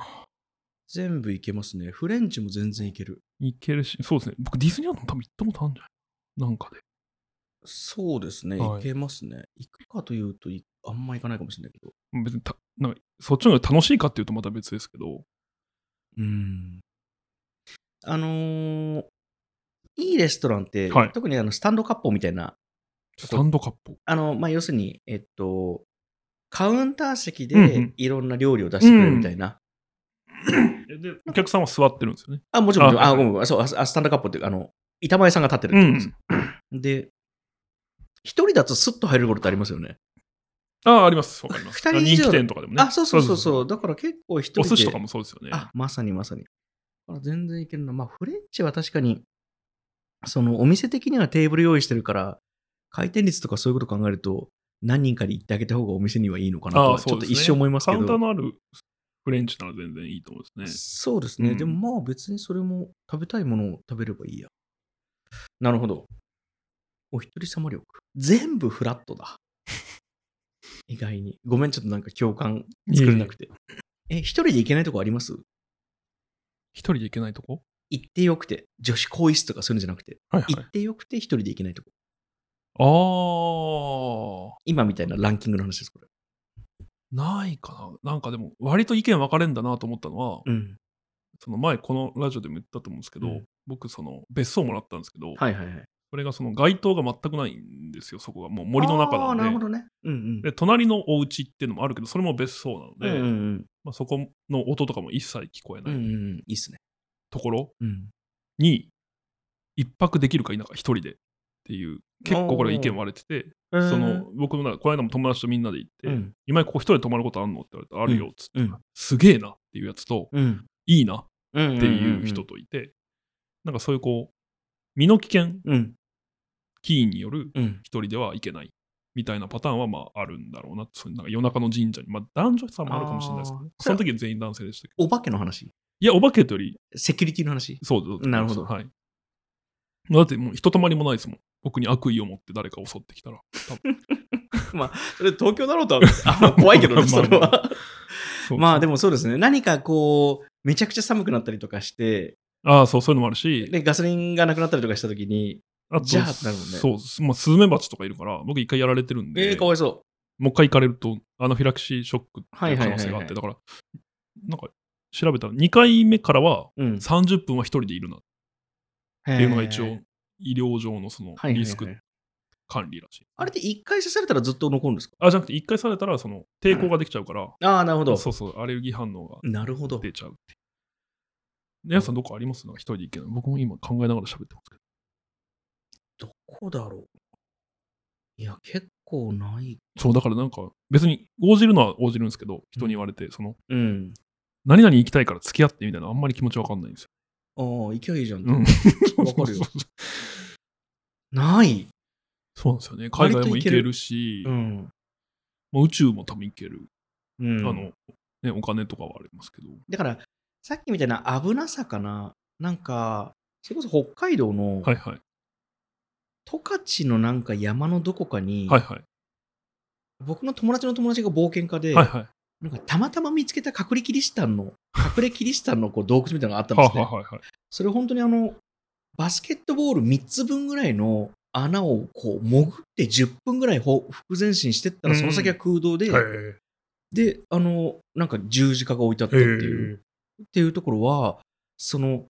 全部いけますね。フレンチも全然いける。いけるし、そうですね。僕、ディズニーランドも多分行ったことあるんじゃないなんかで。そうですね。はいいけますね。行くかというとい、あんま行かないかもしれないけど。別にた、なんか、そっちの方が楽しいかっていうとまた別ですけど。うん。あのーいいレストランって、はい特にあのスタンドカッポみたいな、スタンドカップ。あの、まあ、要するに、えっと、カウンター席うんうでんいろんな料理を出してくれるみたいな。で、お客さんは座ってるんですよね。あ、もちろん、もちろんああ、はいごめんごめん、そう、ああスタンドカップっていうか、あの、板前さんが立ってるってことです。で、一人だとスッと入れることってありますよね。ああ、あります。わかります。二人以上人気店とかでもね。あ、そうそうそうそう。だから結構一人おで。寿司とかもそうですよね。あ、まさにまさに。だから全然いけるな。まあ、フレンチは確かに、そのお店的にはテーブル用意してるから、回転率とかそういうこと考えると、何人かに行ってあげた方がお店にはいいのかなとあは、あちそょうっでとすね一生思いますカけウンタど。ーのあるフレンチなら全然いいと思うんですね。そうですね。うんでもまあ別にそれも食べたいものを食べればいいや。なるほど。お一人様力。全部フラット だ。意外に。ごめん、ちょっとなんか共感作れなくて。え、一人で行けないとこあります一人で行けないとこ行ってよくて。女子更衣室とかそういうんじゃなくて。はい行ってよくて一人で行けないとこ。ああ、今みたいなランキングの話です、これ。ないかな。なんかでも、割と意見分かれんだなと思ったのは、うん。その前、このラジオでも言ったと思うんですけど、うん僕、その別荘もらったんですけはど、いはいはい。それがその街灯が全くないんですよ、そこが。もう森の中あーななるのほで。どね。うんで、隣のお家っていうのもあるけど、それも別荘なうん。うので、んうんまあ、そこの音とかも一切聞こえうん。うなんいうん。いいっすね。ところうん。に、一泊できるか否か、一人でっていう、結構これ意見割れてて、その、僕もなこの間も友達とみんなで行って、うん。今ここ一人で泊まることあんのって言われたら、あるよっつって、うんすげえなっていうやつと、うん。いいなっっていう人。といて、なんかそういうこう、身の危険、うんキーによるうん一人ではいけないみたいなパターンはまああるんだろうな、そういうなんか夜中の神社に、まあ男女差もあるかもしれないですけどあー、その時は全員男性でしたけど、お化けの話いや、お化けとより、セキュリティの話そうですなるほどはい。だってもうひとたまりもないですもん。僕に悪意を持って誰か襲ってきたら。多分それ東京だろうとはあ怖いけど ねそれまあはまあでもそうですね何かこうめちゃくちゃ寒くなったりとかしてああ、そう、そういうのもあるし、でガソリンがなくなったりとかした時にあと、じゃあってなるもんねそうす、まあ、スズメバチとかいるから、僕一回やられてるんで、えー、かわいそもう一回行かれると、アナフィラキシーショックっていう可能性があって、はいはいはいはいだから、なんか調べたら、2回目からはう、うん、 30分は一人でいるなっっていうのが一応、医療上のそのリスク管理らしい。あれって一回刺されたらずっと残るんですかあ、じゃなくて、一回されたら、その抵抗ができちゃうから、ああなるほどそうそう、アレルギー反応がなるほど出ちゃうっていう。でやさん、どこありますなんか一人で行けない。僕も今考えながら喋ってますけど。どこだろういや結構ないそう、だからなんか、別に応じるのは応じるんですけど、人に言われて、その、うん何々行きたいから付き合ってみたいな、あんまり気持ちわかんないんですよ。ああ行きゃいいじゃん、うん わかるよそうない、 そうそうそうなんですよね。海外も行けるし、うんまあ宇宙も多分行ける、うん、あの、ね、お金とかはありますけど。だから、さっきみたいな危なさかな、なんか、それこそ北海道のはいはい。十勝のなんか山のどこかに、はいはい。僕の友達の友達が冒険家で、はいはい。なんかたまたま見つけた隠れキリシタンの、隠れキリシタンのこう洞窟みたいなのがあったんはでいすね。はいはいはい。それ本当にあの、バスケットボール3つ分ぐらいの穴をこう潜って10分ぐらいほ腹前進してったら、うんその先は空洞で、はいで、あの、なんか十字架が置いてあったっていう、っていうところは、その、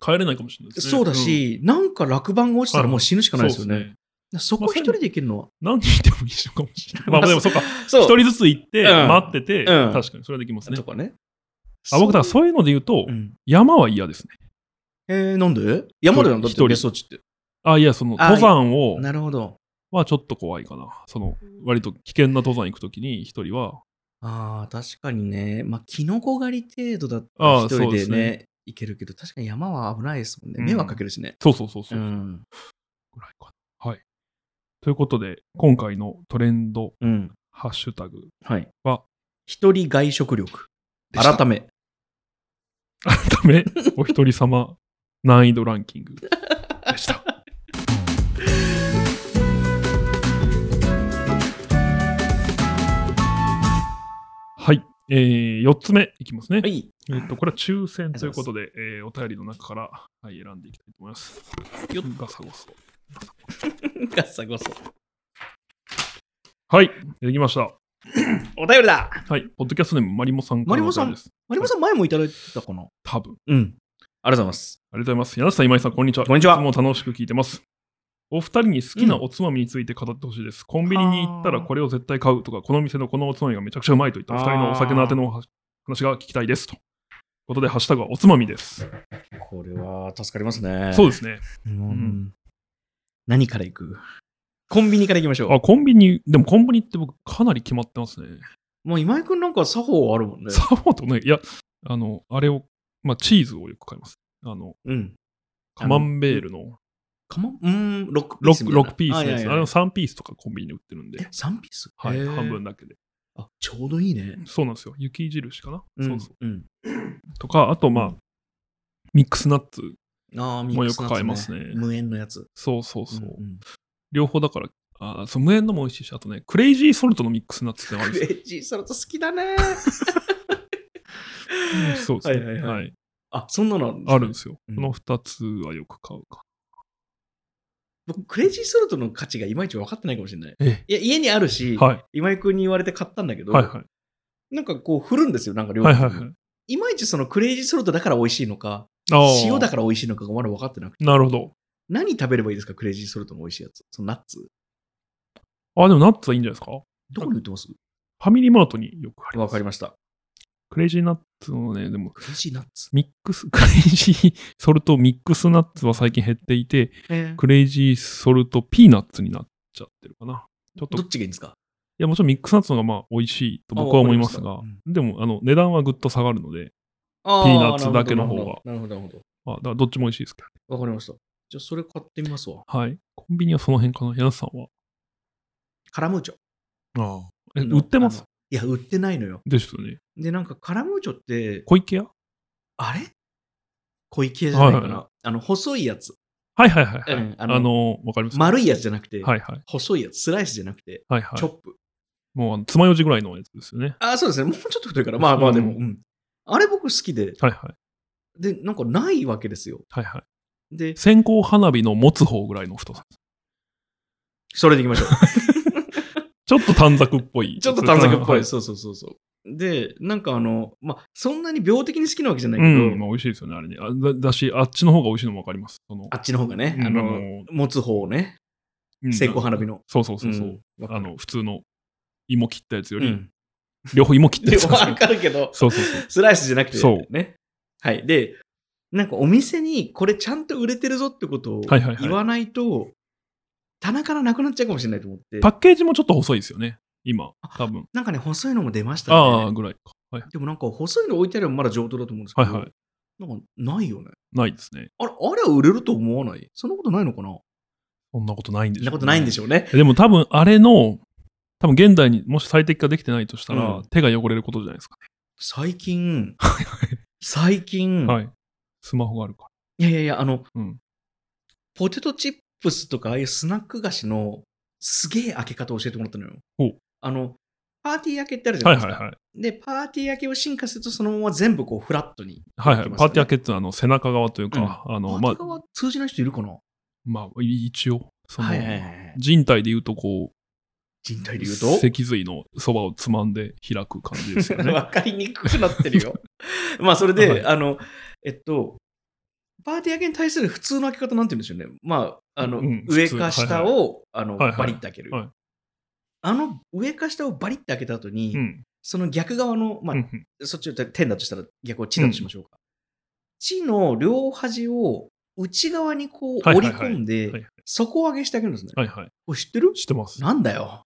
帰れないかもしれないですね。そうだし、なんか落盤が落ちたらもう死ぬしうかん、ないですよそうね。。そこ一人で行けるのは。何人でもいいのかもしれない。まあでもそっか、そう一人ずつ行って、うん待ってて、うん確かにそれはできますねと。かね。あ僕、だからそういうので言うと、うん山は嫌ですね。えー、なんで山でなんだっ一人て別荘地って。あ、いや、そのあ登山を、なるほど。はちょっと怖いかな。その、割と危険な登山行くときに、一人は、ああ、確かにね。まあ、キノコ狩り程度だったあら一ー人そうでですね、ね行けるけど、確かに山は危ないですもんね。うん迷惑かけるしね。そうそうそうそうう、ん。ぐらいかな。はい。ということで、今回のトレンド、うん。ハッシュタグはい。は、一人外食力。でした改め。改め、お一人様難易度ランキングでした。はい、えー、4つ目いきますね。はい。 えっと、これは抽選ということで、えーお便りの中から、はい、選んでいきたいと思います。よっガサゴソ。ガッサゴソ。はい、できました。お便りだはい、ポッドキャストネーム、マリモさんからのお便りです。マリモさん前もいただいてたかな多分。うん。ありがとうございます。ありがとうございます。柳瀬さん、今井さん、こんにちは。こんにちはいつも楽しく聞いてます。お二人に好きなおつまみについて語ってほしいです。コンビニに行ったらこれを絶対買うとか、この店のこのおつまみがめちゃくちゃうまいといったお二人のお酒のあての話話が聞きたいです。ということで、ハッシュタグはおつまみです。これは助かりますね。そうう。ですね。ん、何から行くコンビニから行きましょう。あ、コンビニ、でもコンビニって僕かなり決まってますね。もう今井くんなんか作法あるもんね。サーモンとね、いや、あの、あれを、まあ、チーズをよく買います。あの、うん。カマンベールのかまうん、6 6, 6ピースのやつ。ああれのの3ピースとかコンビニで売ってるんで、 3ピースはい、へー半分だけで。あ、ちょうどいいね。そうなんですよ。雪印かな、そうそうう。ん。うんとか、あと、まあ、うんミックスナッツ。ああ、ミもうッよクスくナッツ買えますね無塩のやつ。そうそうそう。うんうん両方だから、あーそう無塩のも美味しいし、あとね、クレイジーソルトのミックスナッツってのがあるんクですよ。レイジーソルト好きだね。そうではすね。はいいはいはいあ、そんなのあるんですねあるんですよ。うんこの2つはよく買うか。僕、クレイジーソルトの価値がいまいち分かってないかもしれない。えいや、家にあるし、はい。今井くんに言われて買ったんだけど、はいはなんかこう振るんですよ、なんかい。料はい理。はいはい。いまいちそのクレイジーソルトだから美味しいのか、あー塩だから美味しいのかがまだ分かってなくて。なるほど。何食べればいいですか、クレイジーソルトの美味しいやつ。そのナッツ。あ、でもナッツはいいんじゃないですかどこに売ってますファミリーマートによくありわます。かりました。クレイジーナッツのね、でも、クレイジーナッツ。ミックス、ク レイジーソルトミックスナッツは最近減っていて、クレイジーソルトピーナッツになっちゃってるかな。ちょっと、どいっちがいいんですかや、もちろんミックスナッツの方がまあ美味しいと僕は思いますが、あわかりましでも、あの、値段はぐっと下がるのピで、ーーナッツだけの方がなるほど、なるほど。まあ、だからどっちも美味しいですけわかりました。じゃあ、それ買ってみますわ。ど。はい。コンビニはその辺かな、柳瀬さんは。カラムーチョ。ああ。え、あの売ってまあすのいや、売ってないのよ。ですよね。で、なんかカラムーチョって、小池屋あれ小池じゃないかはいはいな。あの、細いやつ。はいはいはい、はいうんああののわかります。丸いやつじゃなくて、はいはい。細いやつ、スライスじゃなくて、はいはチョッい。プ。もうあの、爪楊枝ぐらいのやつですよね。あ、そうですね。もうちょっと太いから。まあまあ、うんでも、うん。あれ僕好きで、はいはい。で、なんかないわけですよ。はいはい。で、線香花火の持つ方ぐらいの太さ。それでいきましょう。ちょっと短冊っぽい。 ちょっと短冊っぽい。はそうそうそうそう。で、なんかあの、まあ、そんなに病的に好きなわけじゃないい。けど、うん、まあ、美味しいですよね、あれね。あだだし、あっちの方が美味しいのもわかります。そのあ、っちの方がね、うんああのの、持つ方をね、うん成功花火の。そうそうそうそう、うんわかあるの、普通の芋切ったやつようり、ん。両方芋切ったでやつもが わかるけど、そうそうそう。スライスじゃなくて、そうね。はい。で、なんかお店にこれちゃんと売れてるぞってことをはいはいはい言わないと、棚からなくなっちゃうかもしれないと思ってパ、ッケージもちょっと細いですよね。今、多分。なんかね、細いのも出ましたああ、ね。ぐらいか。はいでもなんか細いの置いてあればまだ上等だと思うんですけはいど、はい。なんかないよね。ないですね。あれ、あれは売れると思わないそんなことないのかなそんなことないんでそしょんなことないんでししょうね。ょ。でも多分、あれの、多分現代にもし最適化できてないとしたら、うん手が汚れることじゃないですか、最近、最近、はい。スマホがあるかいやいやいや、あの、うんポテトチップスとか、ああいうスナック菓子のすげえ開け方を教えてもらったのよほう。あの、パーティー開けってあるじゃら。なはいいですはか。いはい。で、パーティー開けを進化すると、そのまま全部こう、フラットに。はいはい。できますよねパーティー開けっていうのはあの背中側というか、あの、パーテまィあー、側通じない人いるかなまあ、い一応、その、はいはいはいはい。人体で言うとこ人体う、で言うと脊髄のそばをつまんで開く感じですよ ね。わかりにくくなってるよ。 まあ、それで、はいあの、えっと、パーティー上げに対する普通の開け方なんて言うんでしょうね。まあ、あの、うん上普通か下を、あの、はいはいバリッて開ける。はいあの、上か下をバリッて開けた後に、うん。その逆側の、まあ、うんうんそっちを点だとしたら逆を地だとしましょうか。地、の両端を内側にこうはい折はいりはい込んはいはいで、底上げしてあげるんですね。はいはい。これ知ってる知ってます。なんだ よ。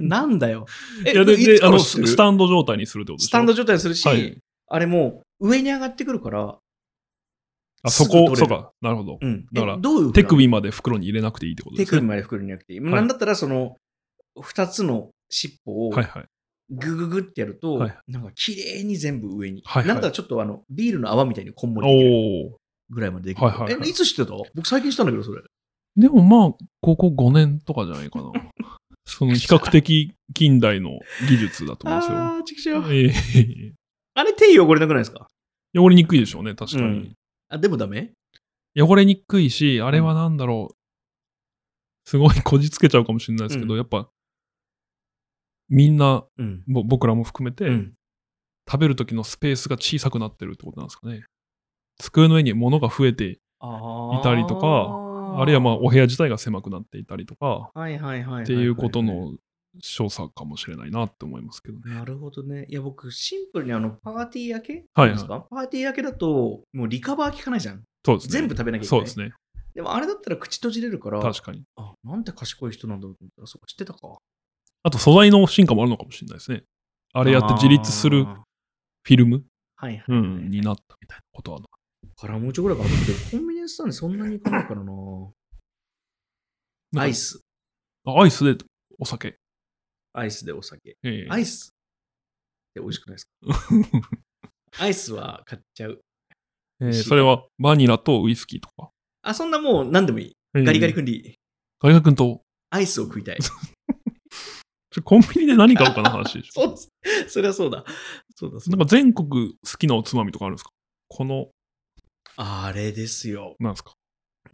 なんだよ。えいや、で、いつでかあらの、知ってるスタンド状態にするってことでしょスタンド状態にするし、はいあれもう上に上がってくるから、あ、すそぐ取れこ、るそうか。なるほどう。ん。えだからどういうふうな手首まで袋に入れなくていいってことで手すね。首まで袋になくていい。いなんだったらその、二つの尻尾をはいはい。グググってやると、はいなんか綺麗に全部上に。はいはいなんだったらちょっとあの、ビールの泡みたいにこんもりできるおお。ぐらいまでできる。はいはいはいえ、いつ知ってた僕最近知ったんだけど、それ。でもまあ、ここ5年とかじゃないか な。その比較的近代の技術だと思うんですよ。あー、ちくしょう。ええあれ手汚れなくないですか汚れにくいでしょうね、確かに。あ、でもダメ汚れにくいし、あれはなんだろう。すごいこじつけちゃうかもしれないですけど、うやっぱ、みんな、うん。ぼ僕らも含めて、うん。食べる時のスペースが小さくなってるってことなんですかね。机の上に物が増えて、あーいたりとかあるいはまあお部屋自体が狭くなっていたりとか、はいはいはいははっていうこと。の少佐かもしれないなって思いますけどね。なるほどね。いや、僕、シンプルにあの、パーティー明けはいはいですかパーティー明けだと、もうリカバー効かないじゃん。そうですね。全部食べなきゃいけそなうい。ですね。でもあれだったら口閉じれるから、確かに。あ、なんて賢い人なんだろうと思ったら、そうか、知ってたか。あと素材の進化もあるのかもしれないですね。ああれやって自立するーフィルム、はいはい、うはいん、になったみたいなことはカラムーチョぐらいかなと思って、コンビニエンススタンドにそんなにいかないからな。なアイ。ス。あアイスでお酒。アイスでお酒。ええアイスって美味しくないです かアイスは買っちゃう。ええそれはバニラとウイスキーとか。あ、そんなもう何でもいい。ええガリガリ君でいい。ガリガリ君と、アイスを食い たい。ちょコンビニで何買おうか な話でしょ。そうです。それはそうだ。そうだ、そうなだんか全国好きなおつまみとかあるんですかこの、あれですよ。なんですか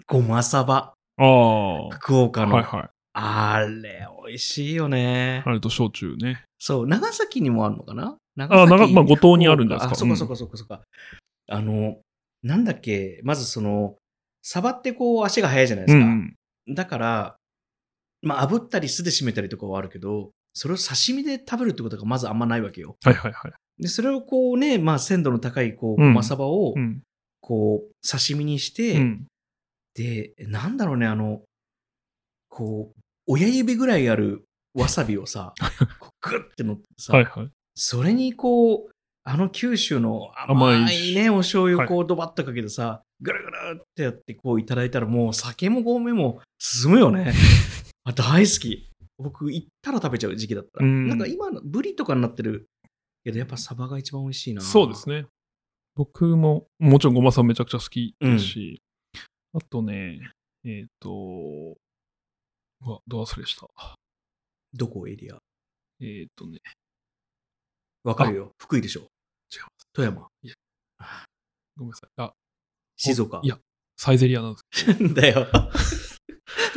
ごまさば。ああ。は福岡いの。はい。あれ、美味しいよね。あれと焼酎ね。そう、長崎にもあるのかなあ長まあ五島に福岡あるんじゃないですかあ、そこそこそこそこ。あの、なんだっけ、まずその、サバってこう足が速いじゃないでうすんか。うん。だから、まあ、炙ったり酢で締めたりとかはあるけど、それを刺身で食べるってことがまずあんまないわけよ。はいはいはい。で、それをこうね、まあ、鮮度の高い、こう、うんごまさばをう、ん。こう、刺身にして、うんで、なんだろうね、あの、こう、親指ぐらいあるわさびを さ、こうグッて乗ってさ、はいはい。それにこう、あの九州の甘い甘いね、お醤油をこうドバッとかけてさ、ぐるぐるってやってこういただいたらもう酒もごめも進むよ ね。あ大好き。僕行ったら食べちゃう時期だったら。うんなんか今のブリとかになってるけどやっぱサバが一番美味しいな。そうですね。ね。僕も、もちろんごまさんめちゃくちゃ好きですし、あとね、えっ、と、うわ、ど忘れした。どこエリアえっ、とね、わかるよ。福井でしょ。違います富山。ごめんなさい。あ、静岡。いや、サイゼリアなんですなんだ よ。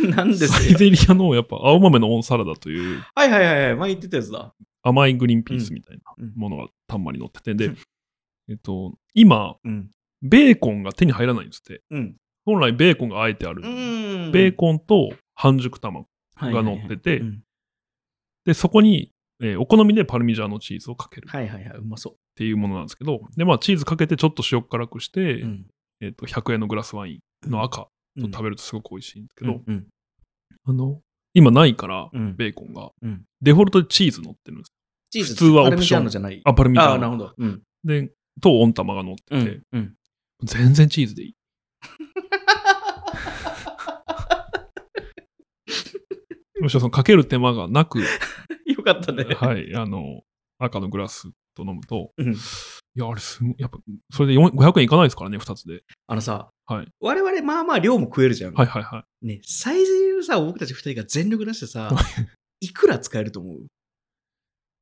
なんでけど、サすイよ。ゼリアのやっぱ青豆のオンサラダというはいはいはいはい。前言ってたやつだ。甘いグリーンピースみたいなうんうんものがたんまに乗ってて、でうん、えっ、と、今、うん。ベーコンが手に入らないんですって。うん。本来ベーコンがあえてある。うん。ベーコンと半熟卵。コが乗っててうんで、そこに、えーお好みでパルミジャーノチーズをかけるっはいはいはい。うまそていうものなんですけど、で、まあ、チーズかけてちょっと塩辛くして、う。うん。えっ、と、100円のグラスワインの赤と食べるとすごく美味しいんですけど、うんうんあの、今ないから、うんベーコンが、うんデフォルトでチーズ乗ってるんです。チーズ普通はオプパションルミジャーノじゃない。あ、パルミジャあーあ、なるノ。ほど。うん。で、と温玉が乗ってて、うん。うん 全然チーズでいい。むしろそのかける手間が なく、よかったね。はい、あの、赤のグラスと飲むと、うんいや、あれすごい、やっぱ、それで4 500円いかないですからね、2つで。あのさ、はい我々まあまあ量も食えるじゃん。はいはいはい。ね、サイズのさ、僕たち2人が全力出してさ、いくら使えると思う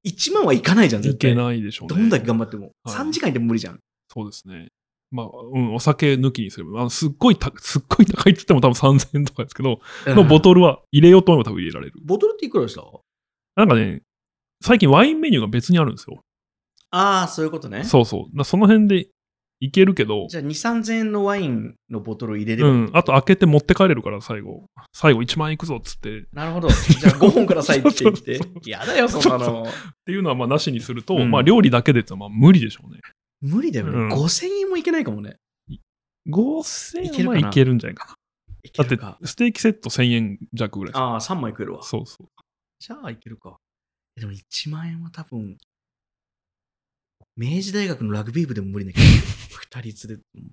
?1 万はいかないじゃん、い絶け対。ないでしょうね。どんだけ頑張っても。はい3時間でも無理じゃん。そうですね。まあ、うん、お酒抜きにすれば、あのすっごいた、すっごい高いって言っても多分3000円とかですけど、のボトルは入れようと思えば多分入れられる。ボトルっていくらでしたなんかね、最近ワインメニューが別にあるんですよ。ああ、そういうことね。そうそう。だからその辺でいけるけど、じゃあ、2、3000円のワインのボトルを入れれば。うん、あと開けて持って帰れるから最後、最後1万円いくぞっつって、っなるほど。じゃあ、5本くださいって言ってそうそう。やだよ、 そんなその。ていうのはまあなしにすると、うんまあ料理だけでってのはまあ無理でしょうね。無理だよね。うん5000円もいけないかもね。い5000け円るかはないけるんじゃないかな。いけだっるてか。ステーキセット1000円弱ぐらいですああ、3枚食えるわ。そうそう。じゃあ、いけるか。えでも、1万円は多分、明治大学のラグビー部でも無理な気が する。2人連れても。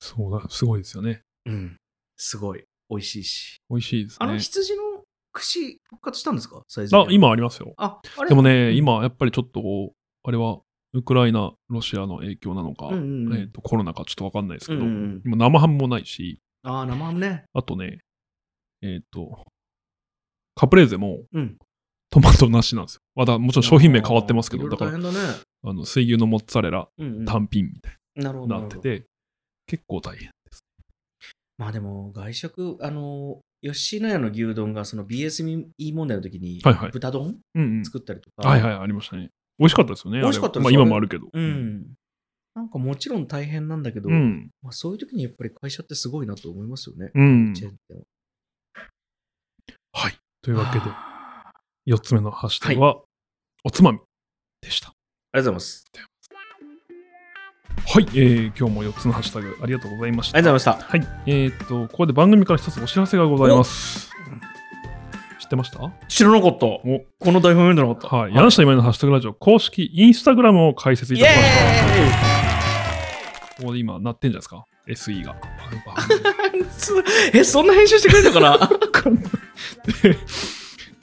そうだ、すごいですよね。うん。すごい。美味しいし。美味しいですあのね。羊の串復活したんですかサイズあ、。今ありますよ。あ、あれでもね、うん今やっぱりちょっとこう、あれはウクライナ、ロシアの影響なのか、うんうんうんえーとコロナかちょっとわかんないですうけんど、うんうん。今生ハムもないし、ああ、生ハムね。あとね、えっ、と、カプレーゼもうん。トマトなしなんですよ。まだもちろん商品名変わってますけいど、ろいろだか大ら変だね。あの水牛のモッツァレラうんうん、単品みたいなるほどになるっほてど。て、結構大変。まあでも、外食、あの、吉野家の牛丼がその BSE 問題の時にはいはい豚丼うんうん。作ったりとか、はいはい、ありましたね。美味しかったですよね。あれ美味しかったですまあ今もあるけど。うん。なんかもちろん大変なんだけど、うん。まあ、そういう時にやっぱり会社ってすごいなと思いますよね。うん。チェーン店ははい。というわけで、あ4つ目のハッシュタグは、おつまみでした。りがとうございます。はい、えー、今日も4つのハッシュタグありがとうございましあた。りがとうございました。はい、えー、っと、ここで番組から一つお知らせがございます。知ってました知らなかった。こおの台本読んでなかった。はい、柳下今井のハッシュタグラジオ公式インスタグラムを開設いイたしました。 エここで今、なってんじゃないですか ?SE が。ーイえ、そんな編集してくれたかな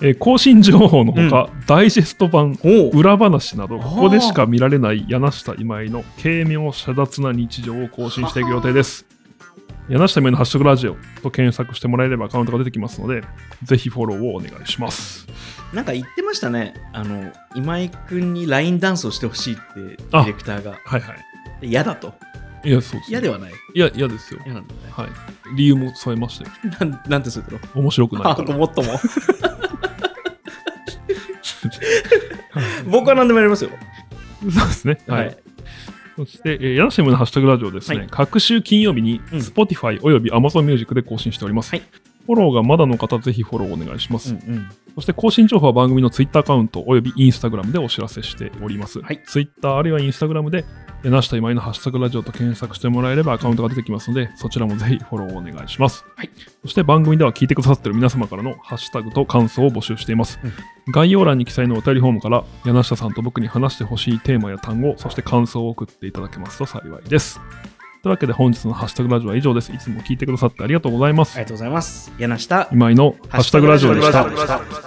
えー更新情報のほか、ダイジェスト版、 おう裏話など、ここでしか見られない柳下今井の軽妙遮奪な日常を更新していく予定です。柳下今井のハッシュタグラジオと検索してもらえればアカウントが出てきますので、ぜひフォローをお願いします。なんか言ってましたね。あの、今井くんにラインダンスをしてほしいって、デあィレクターが。はいはい。で嫌だと。いや、そうです、ね。嫌ではない。いや、嫌ですよ。嫌なんだね。はい。理由も添えまして、なん なんてするの面白くないあ、かごら。もっとも。 僕は何でもやりますよ。そうですね。はい。はいそして、えー、ヤナシムのハッシュタグラジオですね、はい各週金曜日にうん Spotify および Amazon Music で更新しております。はいフォローがまだの方、ぜひフォローお願いします。んそして更新情報は番組の Twitter アカウントおよび Instagram でお知らせしております。はい Twitter あるいは Instagram で柳下今井のハッシュタグラジオと検索してもらえればアカウントが出てきますので、そちらもぜひフォローお願いします。はいそして番組では聞いてくださっている皆様からのハッシュタグと感想を募集しています。うん概要欄に記載のお便りフォームから柳下さんと僕に話してほしいテーマや単語、そして感想を送っていただけますと幸いです。というわけで本日のハッシュタグラジオは以上です。いつも聞いてくださってありがとうございまあすり。がとうございます。柳下、今井のハッシュタグラジオでした。した。